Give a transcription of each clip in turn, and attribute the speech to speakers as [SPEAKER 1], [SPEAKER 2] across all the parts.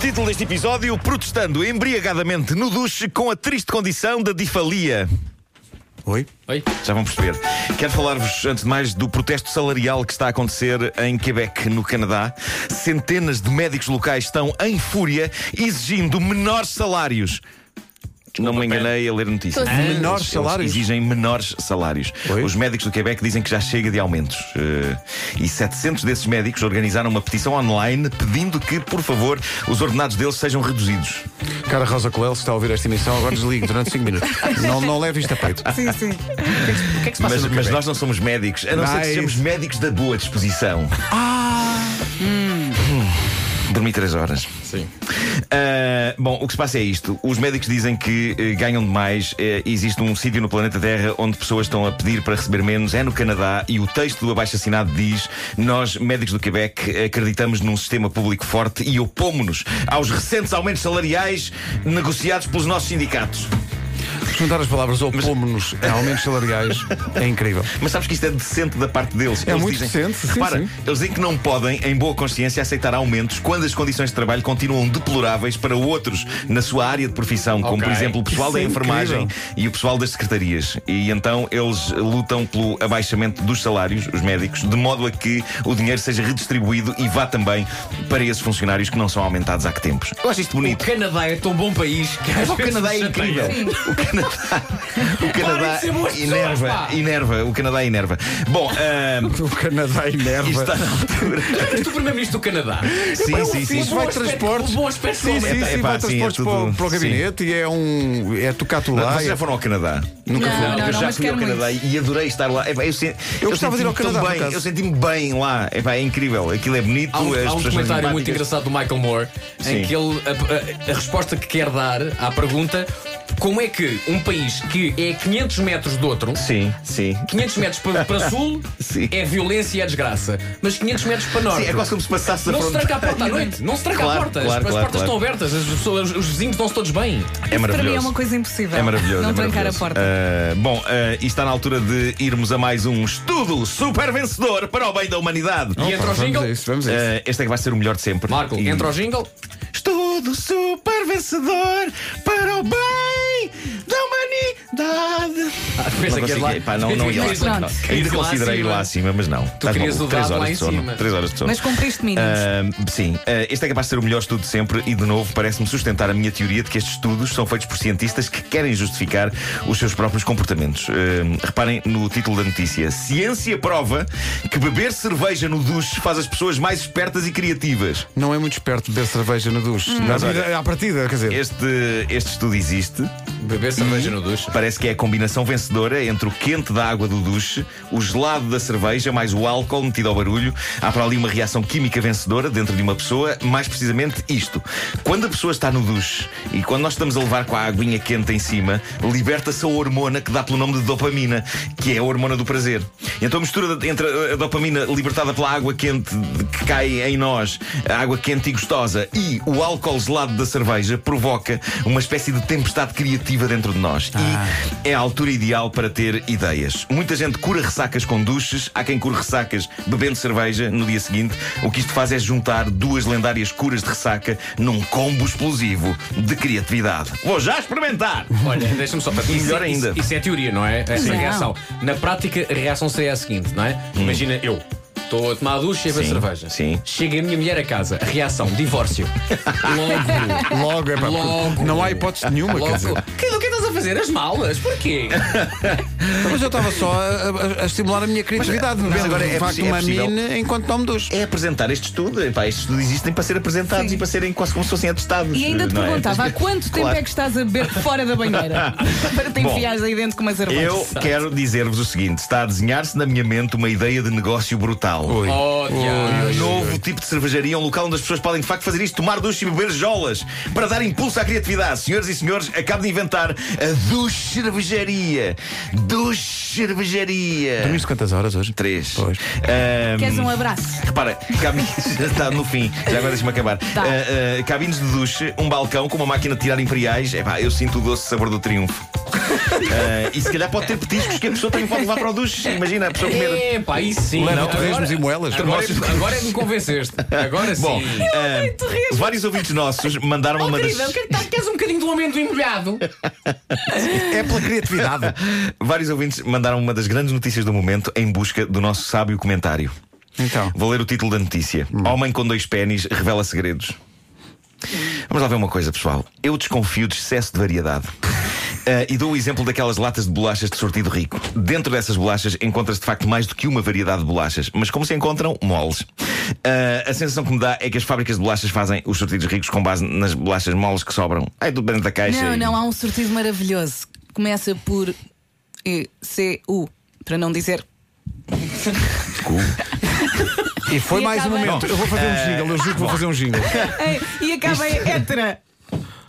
[SPEAKER 1] Título deste episódio: Protestando embriagadamente no duche com a triste condição da difalia. Oi?
[SPEAKER 2] Oi?
[SPEAKER 1] Já vão perceber. Quero falar-vos, antes de mais, do protesto salarial que está a acontecer em Quebec, no Canadá. Centenas de médicos locais estão em fúria exigindo menores salários. Não me enganei a ler notícias.
[SPEAKER 3] Tô sim.
[SPEAKER 4] Menores
[SPEAKER 1] Eles
[SPEAKER 4] salários?
[SPEAKER 1] Exigem menores salários.
[SPEAKER 4] Oi?
[SPEAKER 1] Os médicos do Quebec dizem que já chega de aumentos. Eh, E 700 desses médicos organizaram uma petição online pedindo que, por favor, os ordenados deles sejam reduzidos.
[SPEAKER 4] Cara Rosa Colel, se está a ouvir esta emissão, agora desligue durante 5 minutos. Não, não leve isto a peito.
[SPEAKER 3] Sim, sim.
[SPEAKER 2] O que é que se passa
[SPEAKER 1] Mas,
[SPEAKER 2] no
[SPEAKER 1] mas
[SPEAKER 2] Quebec?
[SPEAKER 1] nós não somos médicos, a não ser que
[SPEAKER 4] Nice.
[SPEAKER 1] sejamos médicos da boa disposição. Ah! Dormi três horas.
[SPEAKER 2] Sim.
[SPEAKER 1] Ah, bom, o que se passa é isto. Os médicos dizem que eh, ganham demais. Eh, existe um sítio no planeta Terra onde pessoas estão a pedir para receber menos. É no Canadá. E o texto do abaixo assinado diz: Nós, médicos do Quebec, acreditamos num sistema público forte e opomos-nos aos recentes aumentos salariais negociados pelos nossos sindicatos.
[SPEAKER 4] Juntar as palavras opomos-nos a aumentos salariais é incrível.
[SPEAKER 1] Mas sabes que isto é decente da parte deles.
[SPEAKER 4] É muito decente, sim,
[SPEAKER 1] repara,
[SPEAKER 4] sim.
[SPEAKER 1] eles dizem que não podem, em boa consciência, aceitar aumentos quando as condições de trabalho continuam deploráveis para outros na sua área de profissão, como
[SPEAKER 2] Ok.
[SPEAKER 1] por exemplo o pessoal
[SPEAKER 4] Isso
[SPEAKER 1] da
[SPEAKER 4] é
[SPEAKER 1] enfermagem e o pessoal das secretarias. E então eles lutam pelo abaixamento dos salários, os médicos, de modo a que o dinheiro seja redistribuído e vá também para esses funcionários que não são aumentados há que tempos. Eu acho isto
[SPEAKER 2] O
[SPEAKER 1] bonito.
[SPEAKER 2] Canadá é tão
[SPEAKER 1] um
[SPEAKER 2] bom país que às
[SPEAKER 1] O
[SPEAKER 2] vezes
[SPEAKER 1] Canadá é
[SPEAKER 2] nos chateia.
[SPEAKER 1] incrível. O Canadá, o Canadá
[SPEAKER 2] de ser boas pessoas,
[SPEAKER 1] inerva,
[SPEAKER 2] pá.
[SPEAKER 1] inerva. O Canadá inerva. Bom, ahm,
[SPEAKER 4] O Canadá
[SPEAKER 1] e
[SPEAKER 4] inerva.
[SPEAKER 1] está na altura.
[SPEAKER 2] Mas tu, primeiro-ministro do Canadá.
[SPEAKER 1] Sim, sim,
[SPEAKER 4] Isso
[SPEAKER 1] sim.
[SPEAKER 2] Isso
[SPEAKER 4] vai
[SPEAKER 2] bom aspecto-
[SPEAKER 4] transportes.
[SPEAKER 2] o bom aspecto
[SPEAKER 4] Sim,
[SPEAKER 2] do
[SPEAKER 4] sim,
[SPEAKER 2] homem.
[SPEAKER 1] É,
[SPEAKER 4] sim,
[SPEAKER 1] pá,
[SPEAKER 4] vai
[SPEAKER 1] sim, é
[SPEAKER 4] transportes
[SPEAKER 1] tudo-
[SPEAKER 4] para, o- para o
[SPEAKER 1] sim.
[SPEAKER 4] gabinete e é um. É tocatu
[SPEAKER 1] Não,
[SPEAKER 4] lá.
[SPEAKER 1] Vocês já foram ao Canadá?
[SPEAKER 4] Nunca
[SPEAKER 3] Não,
[SPEAKER 4] fui.
[SPEAKER 3] não,
[SPEAKER 1] eu já
[SPEAKER 3] mas
[SPEAKER 1] fui ao
[SPEAKER 3] quero
[SPEAKER 1] Canadá e e adorei estar lá. É, pá, eu se- eu
[SPEAKER 4] gostava de ir ao
[SPEAKER 1] senti-me tão
[SPEAKER 4] Canadá, por
[SPEAKER 1] Bem,
[SPEAKER 4] acaso.
[SPEAKER 1] eu senti-me bem lá. É, pá, é incrível. Aquilo é bonito.
[SPEAKER 2] Há um,
[SPEAKER 1] as
[SPEAKER 2] há um
[SPEAKER 1] pessoas são
[SPEAKER 2] comentário muito
[SPEAKER 1] simpáticas.
[SPEAKER 2] engraçado do Michael Moore
[SPEAKER 1] Sim.
[SPEAKER 2] em que ele a, a- a resposta que quer dar à pergunta como é que um país que é 500 metros de outro
[SPEAKER 1] Sim, sim.
[SPEAKER 2] 500 metros para, para sul
[SPEAKER 1] Sim.
[SPEAKER 2] é violência e é desgraça mas 500 metros para norte
[SPEAKER 1] Sim, é quase como se passasse a
[SPEAKER 2] não se
[SPEAKER 1] fronteira.
[SPEAKER 2] tranca a porta à noite, não se tranca
[SPEAKER 1] Claro,
[SPEAKER 2] a porta. As-
[SPEAKER 1] claro,
[SPEAKER 2] as
[SPEAKER 1] claro,
[SPEAKER 2] portas
[SPEAKER 1] claro.
[SPEAKER 2] estão abertas, as pessoas, os vizinhos estão-se todos bem.
[SPEAKER 1] É
[SPEAKER 3] Para mim é uma
[SPEAKER 1] maravilhoso.
[SPEAKER 3] coisa impossível.
[SPEAKER 1] É maravilhoso.
[SPEAKER 3] Não
[SPEAKER 1] é
[SPEAKER 3] trancar
[SPEAKER 1] maravilhoso.
[SPEAKER 3] a porta.
[SPEAKER 1] Ah, bom, ah, e está na altura de irmos a mais um estudo super vencedor para o bem da humanidade.
[SPEAKER 2] E entra o
[SPEAKER 4] Vamos
[SPEAKER 2] jingle.
[SPEAKER 4] a isso, vamos a isso.
[SPEAKER 1] Ah, este é que vai ser o melhor de sempre.
[SPEAKER 2] é Marco,
[SPEAKER 1] E-
[SPEAKER 2] entra o jingle.
[SPEAKER 1] Estudo super vencedor para o bem da humanidade.
[SPEAKER 2] Pensa
[SPEAKER 1] não
[SPEAKER 2] que és é lá.
[SPEAKER 1] consegui, pá, não, não ia lá.
[SPEAKER 3] Pronto.
[SPEAKER 1] Não. Ainda
[SPEAKER 2] Querias ir lá
[SPEAKER 1] considerei ir lá acima, mas não. Tu
[SPEAKER 2] querias o
[SPEAKER 1] Três
[SPEAKER 2] dado
[SPEAKER 1] horas
[SPEAKER 2] lá
[SPEAKER 1] de
[SPEAKER 2] em
[SPEAKER 1] sono.
[SPEAKER 2] cima.
[SPEAKER 1] Três horas de sono.
[SPEAKER 3] Mas cumpriste mínimos.
[SPEAKER 1] Ah, sim, Ah, este é capaz de ser o melhor estudo de sempre e, de novo, parece-me sustentar a minha teoria de que estes estudos são feitos por cientistas que querem justificar os seus próprios comportamentos. Ah, reparem no título da notícia: Ciência prova que beber cerveja no duche faz as pessoas mais espertas e criativas.
[SPEAKER 4] Não é muito esperto beber cerveja na duche. Na
[SPEAKER 1] Mas olha-
[SPEAKER 4] vida, à partida, quer dizer.
[SPEAKER 1] Este, este estudo existe.
[SPEAKER 2] Beber cerveja no duche.
[SPEAKER 1] Parece que é a combinação vencedora entre o quente da água do duche, o gelado da cerveja, mais o álcool metido ao barulho. Há para ali uma reação química vencedora dentro de uma pessoa, mais precisamente isto. Quando a pessoa está no duche e quando nós estamos a levar com a aguinha quente em cima, liberta-se a hormona que dá pelo nome de dopamina, que é a hormona do prazer. Então a mistura de- entre a- a dopamina libertada pela água quente de- que cai em nós, a água quente e gostosa, e o álcool gelado da cerveja provoca uma espécie de tempestade criativa dentro de nós.
[SPEAKER 3] Ah.
[SPEAKER 1] E é a altura ideal para ter ideias. Muita gente cura ressacas com duches, há quem cura ressacas bebendo cerveja no dia seguinte. O que isto faz é juntar duas lendárias curas de ressaca num combo explosivo de criatividade. Vou já experimentar!
[SPEAKER 2] Olha, deixa-me só para
[SPEAKER 1] E melhor
[SPEAKER 2] isso,
[SPEAKER 1] ainda.
[SPEAKER 2] Isso, isso é teoria, não é? Essa
[SPEAKER 3] Não.
[SPEAKER 2] reação. Na prática, a reação seria a seguinte, não é? Imagina eu. Estou a tomar a ducha e a beber
[SPEAKER 1] Hum. Sim,
[SPEAKER 2] cerveja.
[SPEAKER 1] sim.
[SPEAKER 2] Chega a minha mulher a casa. Reação, divórcio. Logo.
[SPEAKER 4] Logo, é pá,
[SPEAKER 2] Logo.
[SPEAKER 4] Não há hipótese nenhuma, quer dizer.
[SPEAKER 2] Logo. Que, o que é que estás a fazer? As malas? Porquê?
[SPEAKER 4] Mas eu estava só a, a- a estimular a minha criatividade.
[SPEAKER 1] mas
[SPEAKER 4] bebendo
[SPEAKER 1] agora é
[SPEAKER 4] de facto
[SPEAKER 1] possi- é
[SPEAKER 4] uma
[SPEAKER 1] possível.
[SPEAKER 4] mina enquanto tomo duche.
[SPEAKER 1] é apresentar este estudo. Epá, estes estudos existem para ser apresentados
[SPEAKER 3] Sim.
[SPEAKER 1] e para serem quase como se fossem atestados.
[SPEAKER 3] E ainda te
[SPEAKER 1] não é?
[SPEAKER 3] perguntava há quanto tempo
[SPEAKER 1] Claro.
[SPEAKER 3] é que estás a beber fora da banheira para te
[SPEAKER 1] Bom,
[SPEAKER 3] enfiares aí dentro com umas ervas?
[SPEAKER 1] Eu quero dizer-vos o seguinte: está a desenhar-se na minha mente uma ideia de negócio brutal.
[SPEAKER 4] Oi.
[SPEAKER 2] Oh, diabo.
[SPEAKER 1] Um novo tipo de cervejaria, um local onde as pessoas podem de facto fazer isto, tomar duche e beber jolas para dar impulso à criatividade. Senhoras e senhores, acabo de inventar a duche cervejaria. Duche cervejaria.
[SPEAKER 4] Dormiste quantas horas hoje?
[SPEAKER 1] Três.
[SPEAKER 4] Pois.
[SPEAKER 1] Ahm,
[SPEAKER 3] Queres um abraço?
[SPEAKER 1] Repara, cabines. Está no fim, já agora deixa-me acabar. Eh,
[SPEAKER 3] Tá.
[SPEAKER 1] Ah, ah, cabines de duche, um balcão com uma máquina de tirar imperiais. Epá, eu sinto o doce sabor do triunfo. Ah, e se calhar pode ter petiscos que a pessoa também pode levar para o duche. Imagina a pessoa comer.
[SPEAKER 2] É, pá, aí sim.
[SPEAKER 4] Leva
[SPEAKER 2] Não,
[SPEAKER 4] torresmos
[SPEAKER 2] agora-
[SPEAKER 4] e moelas.
[SPEAKER 2] Agora,
[SPEAKER 1] Torresmos.
[SPEAKER 2] agora é que me convenceste. Agora sim.
[SPEAKER 1] Bom, ah,
[SPEAKER 3] te rir.
[SPEAKER 1] vários ouvintes nossos mandaram uma das.
[SPEAKER 2] queres um bocadinho do amendoim molhado?
[SPEAKER 4] É pela criatividade.
[SPEAKER 1] Vários ouvintes mandaram uma das grandes notícias do momento em busca do nosso sábio comentário.
[SPEAKER 4] Então.
[SPEAKER 1] Vou ler o título da notícia: Homem com dois pênis revela segredos. Vamos lá ver uma coisa, pessoal. Eu desconfio de excesso de variedade. Ah, e dou o exemplo daquelas latas de bolachas de sortido rico. Dentro dessas bolachas encontra-se de facto mais do que uma variedade de bolachas, mas como se encontram? Moles. Ah, a sensação que me dá é que as fábricas de bolachas fazem os sortidos ricos com base nas bolachas moles que sobram. Ai, do dentro da caixa.
[SPEAKER 3] Não,
[SPEAKER 1] e-
[SPEAKER 3] não, há um sortido maravilhoso. Começa por eh, C-U, para não dizer.
[SPEAKER 4] E foi
[SPEAKER 3] E
[SPEAKER 4] mais um
[SPEAKER 3] acaba-
[SPEAKER 4] momento. Eu vou fazer um jingle, eu juro que vou fazer um jingle.
[SPEAKER 3] Ei, e acaba em hétera.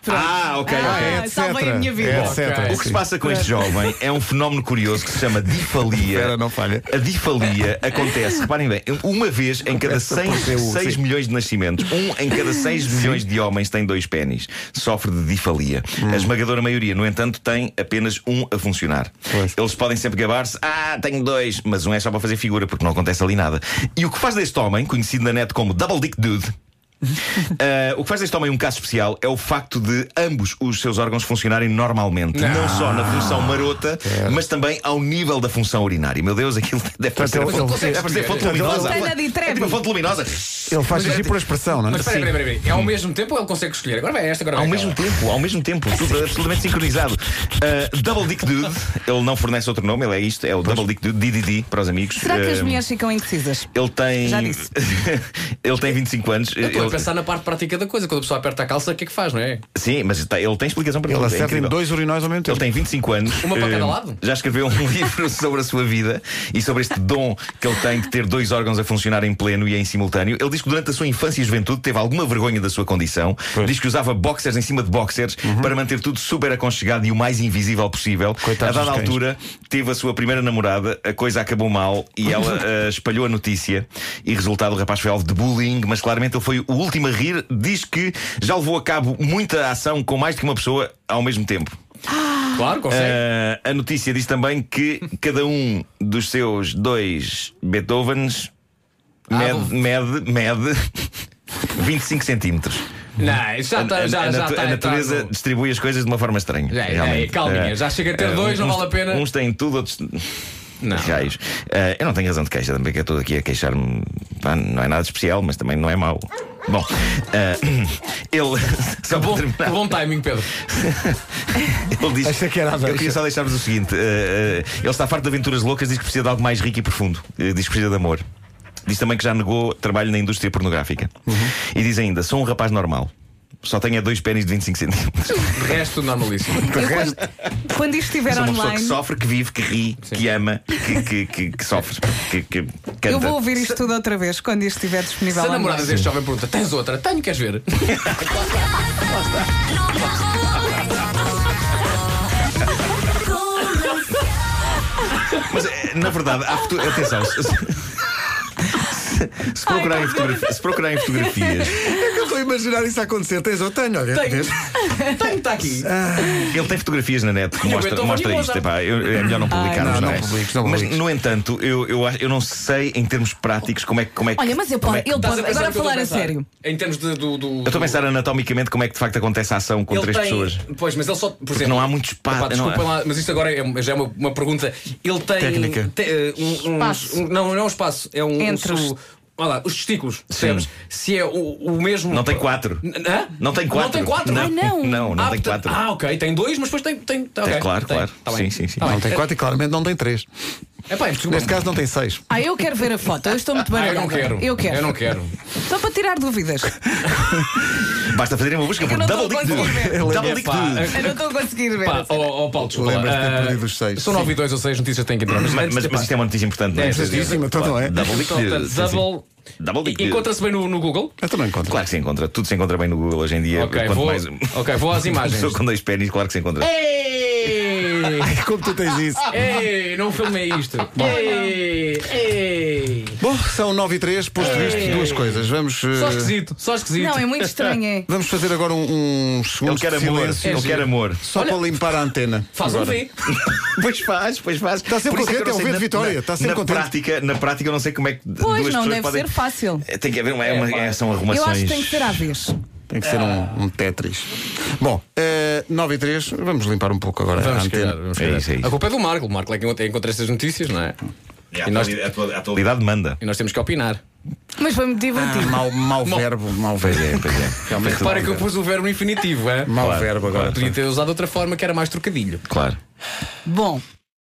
[SPEAKER 1] Ah, ok, ok.
[SPEAKER 3] Ah,
[SPEAKER 4] etc.
[SPEAKER 3] salvei a minha vida.
[SPEAKER 4] É, etc.
[SPEAKER 2] Ok.
[SPEAKER 1] O que se passa com este jovem é um fenómeno curioso que se chama difalia.
[SPEAKER 4] Espera, não falha.
[SPEAKER 1] A difalia acontece, reparem bem, uma vez em cada
[SPEAKER 4] Começa por
[SPEAKER 1] 6,
[SPEAKER 4] ser é o, sim.
[SPEAKER 1] milhões de nascimentos, um em cada 6 milhões de homens tem dois pênis, sofre de difalia.
[SPEAKER 4] Hum.
[SPEAKER 1] A esmagadora maioria, no entanto, tem apenas um a funcionar.
[SPEAKER 4] Pois.
[SPEAKER 1] Eles podem sempre gabar-se, ah, tenho dois, mas um é só para fazer figura, porque não acontece ali nada. E o que faz deste homem, conhecido na net como Double Dick Dude, ah, o que faz deste homem um caso especial é o facto de ambos os seus órgãos funcionarem normalmente. Não, só
[SPEAKER 4] Ah,
[SPEAKER 1] na função marota, mas também ao nível da função urinária. Meu Deus, aquilo deve parecer
[SPEAKER 4] ele- ele-
[SPEAKER 1] deve parecer fonte
[SPEAKER 4] ele-
[SPEAKER 1] luminosa.
[SPEAKER 3] ele- ele-
[SPEAKER 1] É tipo a fonte luminosa.
[SPEAKER 4] Ele faz xixi por expressão, não é?
[SPEAKER 2] Mas espera, espera, espera, espera. É ao mesmo tempo ou ele consegue escolher? Agora vai esta, agora vai
[SPEAKER 1] Ao
[SPEAKER 2] aquela.
[SPEAKER 1] mesmo tempo, ao mesmo tempo, tudo é absolutamente sincronizado. Ah, Double Dick Dude, ele não fornece outro nome, ele é isto, é o Double Dick Dude, DDD, para os amigos.
[SPEAKER 3] Será que as
[SPEAKER 1] Ah,
[SPEAKER 3] mulheres ficam indecisas?
[SPEAKER 1] Ele tem.
[SPEAKER 3] Já disse.
[SPEAKER 1] ele tem 25 anos.
[SPEAKER 2] Eu estou a
[SPEAKER 1] Ele-
[SPEAKER 2] pensar na parte prática da coisa. Quando a pessoa aperta a calça, o que é que faz, não é?
[SPEAKER 1] Sim, mas tá- ele tem explicação para
[SPEAKER 4] Ele
[SPEAKER 1] tudo. é
[SPEAKER 4] acerta em
[SPEAKER 1] incrível.
[SPEAKER 4] dois urinóis ao mesmo
[SPEAKER 1] Ele
[SPEAKER 4] tempo.
[SPEAKER 1] tem 25 anos.
[SPEAKER 2] Uma para cada
[SPEAKER 1] eh,
[SPEAKER 2] lado?
[SPEAKER 1] Já escreveu um livro sobre a sua vida e sobre este dom que ele tem de ter dois órgãos a funcionar em pleno e em simultâneo. Ele diz que durante a sua infância e juventude teve alguma vergonha da sua condição. Diz que usava boxers em cima de boxers
[SPEAKER 4] Uhum.
[SPEAKER 1] para manter tudo super aconchegado e o mais invisível possível.
[SPEAKER 4] Coitados
[SPEAKER 1] a
[SPEAKER 4] dos
[SPEAKER 1] dada
[SPEAKER 4] cães.
[SPEAKER 1] altura, teve a sua primeira namorada, a coisa acabou mal e ela eh, espalhou a notícia. E resultado, o rapaz foi alvo de bullying, mas claramente ele foi o último a rir. Diz que já levou a cabo muita ação com mais do que uma pessoa ao mesmo tempo.
[SPEAKER 2] Claro, consegue.
[SPEAKER 1] Ah, a notícia diz também que cada um dos seus dois Beethovens mede,
[SPEAKER 2] vou-
[SPEAKER 1] mede, mede 25 centímetros.
[SPEAKER 2] Não, isso já está.
[SPEAKER 1] a, a-
[SPEAKER 2] Ah, tá, Já,
[SPEAKER 1] a
[SPEAKER 2] já
[SPEAKER 1] É, natu-
[SPEAKER 2] está
[SPEAKER 1] a natureza
[SPEAKER 2] entrado.
[SPEAKER 1] distribui as coisas de uma forma estranha.
[SPEAKER 2] Já, já,
[SPEAKER 1] realmente.
[SPEAKER 2] é, calminha,
[SPEAKER 1] Ah,
[SPEAKER 2] já chega a ter
[SPEAKER 1] ah,
[SPEAKER 2] dois, não
[SPEAKER 1] uns-
[SPEAKER 2] vale a pena.
[SPEAKER 1] Uns têm tudo, outros.
[SPEAKER 2] Não.
[SPEAKER 1] Raios. Ah, eu não tenho razão de queixa, também que eu estou aqui a queixar-me. Pá, Não é nada especial, mas também não é mau. Bom, ah, ele. Só para
[SPEAKER 2] Bom,
[SPEAKER 1] terminar.
[SPEAKER 2] bom timing, Pedro.
[SPEAKER 1] Ele diz,
[SPEAKER 4] Achei que era a
[SPEAKER 1] eu
[SPEAKER 4] deixa.
[SPEAKER 1] queria só deixar-vos o seguinte: eh, eh, ele está farto de aventuras loucas, diz que precisa de algo mais rico e profundo, eh, diz que precisa de amor. Diz também que já negou trabalho na indústria pornográfica.
[SPEAKER 4] Uhum.
[SPEAKER 1] E diz ainda: sou um rapaz normal, só tenho é dois pênis de 25 centímetros.
[SPEAKER 2] De resto, normalíssimo.
[SPEAKER 3] Eu quando, quando isto estiver
[SPEAKER 1] sou uma pessoa que
[SPEAKER 3] online,
[SPEAKER 1] sofre, que vive, que ri, que ama, que, que, que- que sofre, que, que canta.
[SPEAKER 3] eu vou ouvir isto tudo outra vez quando isto estiver
[SPEAKER 2] Se
[SPEAKER 3] disponível
[SPEAKER 2] a
[SPEAKER 3] online.
[SPEAKER 2] namorada deste jovem pergunta, tens outra? Tenho, queres ver?
[SPEAKER 1] Mas, eh, na verdade, há foto- atenção. Se, se- se procurarem
[SPEAKER 3] tá
[SPEAKER 1] fotografi- se procurarem fotografias,
[SPEAKER 4] É Eu estou a imaginar isso a acontecer. Tens ou tenho, olha.
[SPEAKER 2] Tenho. Tenho, está aqui.
[SPEAKER 1] Ele tem fotografias na net que
[SPEAKER 2] Eu
[SPEAKER 1] mostra,
[SPEAKER 2] estou
[SPEAKER 1] mostra
[SPEAKER 2] nervosa.
[SPEAKER 1] isto. Epá, eu- é melhor não publicarmos,
[SPEAKER 4] Ah, não,
[SPEAKER 1] não,
[SPEAKER 4] não
[SPEAKER 1] é?
[SPEAKER 4] publiques, não
[SPEAKER 1] mas,
[SPEAKER 4] publiques.
[SPEAKER 1] no entanto, eu, eu, acho- eu não sei em termos práticos como é, que- como é que.
[SPEAKER 3] Olha, mas eu
[SPEAKER 1] como
[SPEAKER 3] posso,
[SPEAKER 1] é que-
[SPEAKER 3] ele
[SPEAKER 2] Estás
[SPEAKER 3] pode.
[SPEAKER 2] pensar
[SPEAKER 3] Agora
[SPEAKER 2] no que eu
[SPEAKER 3] falar a
[SPEAKER 2] estou
[SPEAKER 3] sério.
[SPEAKER 2] Em termos de, do, do-
[SPEAKER 1] Eu estou a pensar anatomicamente como é que de facto acontece a ação com
[SPEAKER 2] Ele
[SPEAKER 1] três
[SPEAKER 2] tem-
[SPEAKER 1] pessoas.
[SPEAKER 2] Pois, mas ele só. Por
[SPEAKER 1] Porque
[SPEAKER 2] exemplo,
[SPEAKER 1] não há muito espaço.
[SPEAKER 2] Epá, desculpa
[SPEAKER 1] não há-
[SPEAKER 2] lá, mas isto agora é, já é uma, uma pergunta. Ele tem.
[SPEAKER 4] Técnica.
[SPEAKER 2] te- eh, um, um-
[SPEAKER 3] Espaço.
[SPEAKER 2] um- não, não é um espaço, é um.
[SPEAKER 3] Entre
[SPEAKER 2] um,
[SPEAKER 3] os-
[SPEAKER 2] su- Olha lá, os testículos, percebes? Se é o, o mesmo.
[SPEAKER 1] Não tem quatro.
[SPEAKER 2] Hã?
[SPEAKER 1] Não tem quatro.
[SPEAKER 2] Não tem quatro?
[SPEAKER 1] Não,
[SPEAKER 3] Ai, não.
[SPEAKER 1] não, não
[SPEAKER 2] ah,
[SPEAKER 1] tem
[SPEAKER 2] portanto-
[SPEAKER 1] quatro.
[SPEAKER 2] Ah, ok, tem dois, mas depois tem. tem, tá,
[SPEAKER 1] Tem,
[SPEAKER 2] ok,
[SPEAKER 1] É, claro,
[SPEAKER 2] tem,
[SPEAKER 1] claro.
[SPEAKER 2] Tá
[SPEAKER 1] Sim,
[SPEAKER 2] bem.
[SPEAKER 1] sim, sim.
[SPEAKER 2] Tá bem.
[SPEAKER 4] Não tem quatro e claramente não tem três.
[SPEAKER 2] Epá, desculpa.
[SPEAKER 4] Neste caso não tem seis.
[SPEAKER 3] Ah, eu quero ver a foto, eu estou muito
[SPEAKER 2] Ah, eu
[SPEAKER 3] baralhada.
[SPEAKER 2] não quero.
[SPEAKER 3] Eu quero.
[SPEAKER 2] Eu não quero.
[SPEAKER 3] Só para tirar dúvidas.
[SPEAKER 1] Basta fazerem uma busca
[SPEAKER 3] É que
[SPEAKER 1] por
[SPEAKER 3] eu não
[SPEAKER 1] Double
[SPEAKER 3] estou a
[SPEAKER 1] Dick Dude.
[SPEAKER 3] conseguir ver.
[SPEAKER 1] Double
[SPEAKER 2] É
[SPEAKER 1] Dick
[SPEAKER 2] pá,
[SPEAKER 1] Dude.
[SPEAKER 3] Eu não estou a conseguir ver.
[SPEAKER 2] Pá, ó oh, Paulo, desculpa. lá.
[SPEAKER 4] Lembras-te de ter
[SPEAKER 2] Ah,
[SPEAKER 4] perdido os seis.
[SPEAKER 2] São nove e dois ou seis notícias que têm que entrar. Mas,
[SPEAKER 1] Mas,
[SPEAKER 2] antes,
[SPEAKER 1] mas,
[SPEAKER 2] epá,
[SPEAKER 1] mas isto é um uma notícia importante, não é?
[SPEAKER 2] É importantíssimo,
[SPEAKER 4] então não é?
[SPEAKER 1] Double Dick
[SPEAKER 2] então,
[SPEAKER 1] Dude.
[SPEAKER 2] double-
[SPEAKER 1] Sim, sim. Double Dick Dude.
[SPEAKER 2] Encontra-se bem no, no Google?
[SPEAKER 4] Eu também encontro.
[SPEAKER 1] Claro que se encontra. Tudo se encontra bem no Google hoje em dia.
[SPEAKER 2] Ok,
[SPEAKER 1] Quanto
[SPEAKER 2] vou, Oh, É
[SPEAKER 1] mais. um
[SPEAKER 2] ok, vou às
[SPEAKER 1] Uma pessoa
[SPEAKER 2] imagens.
[SPEAKER 1] com dois pênis, claro que se encontra.
[SPEAKER 2] Ei! Ei,
[SPEAKER 4] É Como tu tens isso?
[SPEAKER 3] É
[SPEAKER 2] ei, não filmei isto. Ei, ei.
[SPEAKER 4] Bom, são 9 e 3, posto isto, duas coisas. Vamos. eh,
[SPEAKER 2] Só esquisito, só esquisito.
[SPEAKER 3] Não, é muito estranho, é.
[SPEAKER 4] Vamos fazer agora um, uns
[SPEAKER 1] Ele
[SPEAKER 4] segundos
[SPEAKER 1] quer
[SPEAKER 4] de
[SPEAKER 1] amor,
[SPEAKER 4] silêncio.
[SPEAKER 1] ele
[SPEAKER 2] É
[SPEAKER 1] quer
[SPEAKER 2] giro.
[SPEAKER 1] amor.
[SPEAKER 4] Só para limpar a antena.
[SPEAKER 2] Faz um V.
[SPEAKER 1] Pois faz, pois faz.
[SPEAKER 4] Está sempre
[SPEAKER 1] Por isso que eu
[SPEAKER 4] contente,
[SPEAKER 1] não
[SPEAKER 4] é o
[SPEAKER 1] sei,
[SPEAKER 4] V de
[SPEAKER 1] na-
[SPEAKER 4] Vitória,
[SPEAKER 1] na-
[SPEAKER 4] está sempre
[SPEAKER 1] na
[SPEAKER 4] contente.
[SPEAKER 1] Prática, na prática, eu não sei como é que. duas
[SPEAKER 3] Pois, não
[SPEAKER 1] pessoas
[SPEAKER 3] deve
[SPEAKER 1] podem-
[SPEAKER 3] ser fácil.
[SPEAKER 1] Tem que haver uma. É uma
[SPEAKER 2] pá.
[SPEAKER 1] é, são
[SPEAKER 3] Eu
[SPEAKER 1] arrumações.
[SPEAKER 3] acho que tem que ser à vez.
[SPEAKER 4] Tem que ser
[SPEAKER 2] Ah.
[SPEAKER 4] um, um Tetris. Bom, eh, 9 e 3, vamos limpar um pouco agora a
[SPEAKER 2] Vamos
[SPEAKER 4] antena.
[SPEAKER 2] calhar, vamos
[SPEAKER 1] É
[SPEAKER 2] calhar.
[SPEAKER 1] isso, é isso.
[SPEAKER 2] A culpa é do Marco. O Marco é que ontem encontrou estas notícias, não é?
[SPEAKER 1] É, a
[SPEAKER 2] E nós-
[SPEAKER 1] atualidade- a tua- a atualidade manda.
[SPEAKER 2] E nós temos que opinar.
[SPEAKER 3] Mas foi
[SPEAKER 4] Ah,
[SPEAKER 3] muito divertido.
[SPEAKER 4] mau, mau verbo, mau
[SPEAKER 1] Pois
[SPEAKER 4] verbo.
[SPEAKER 1] é, pois é.
[SPEAKER 4] Realmente,
[SPEAKER 2] Repara
[SPEAKER 4] mau
[SPEAKER 2] que eu
[SPEAKER 4] verbo.
[SPEAKER 2] pus o verbo no infinitivo, é?
[SPEAKER 4] Mau
[SPEAKER 1] Claro,
[SPEAKER 4] verbo agora.
[SPEAKER 2] Podia ter usado outra forma que era mais trocadilho.
[SPEAKER 1] Claro.
[SPEAKER 3] Bom,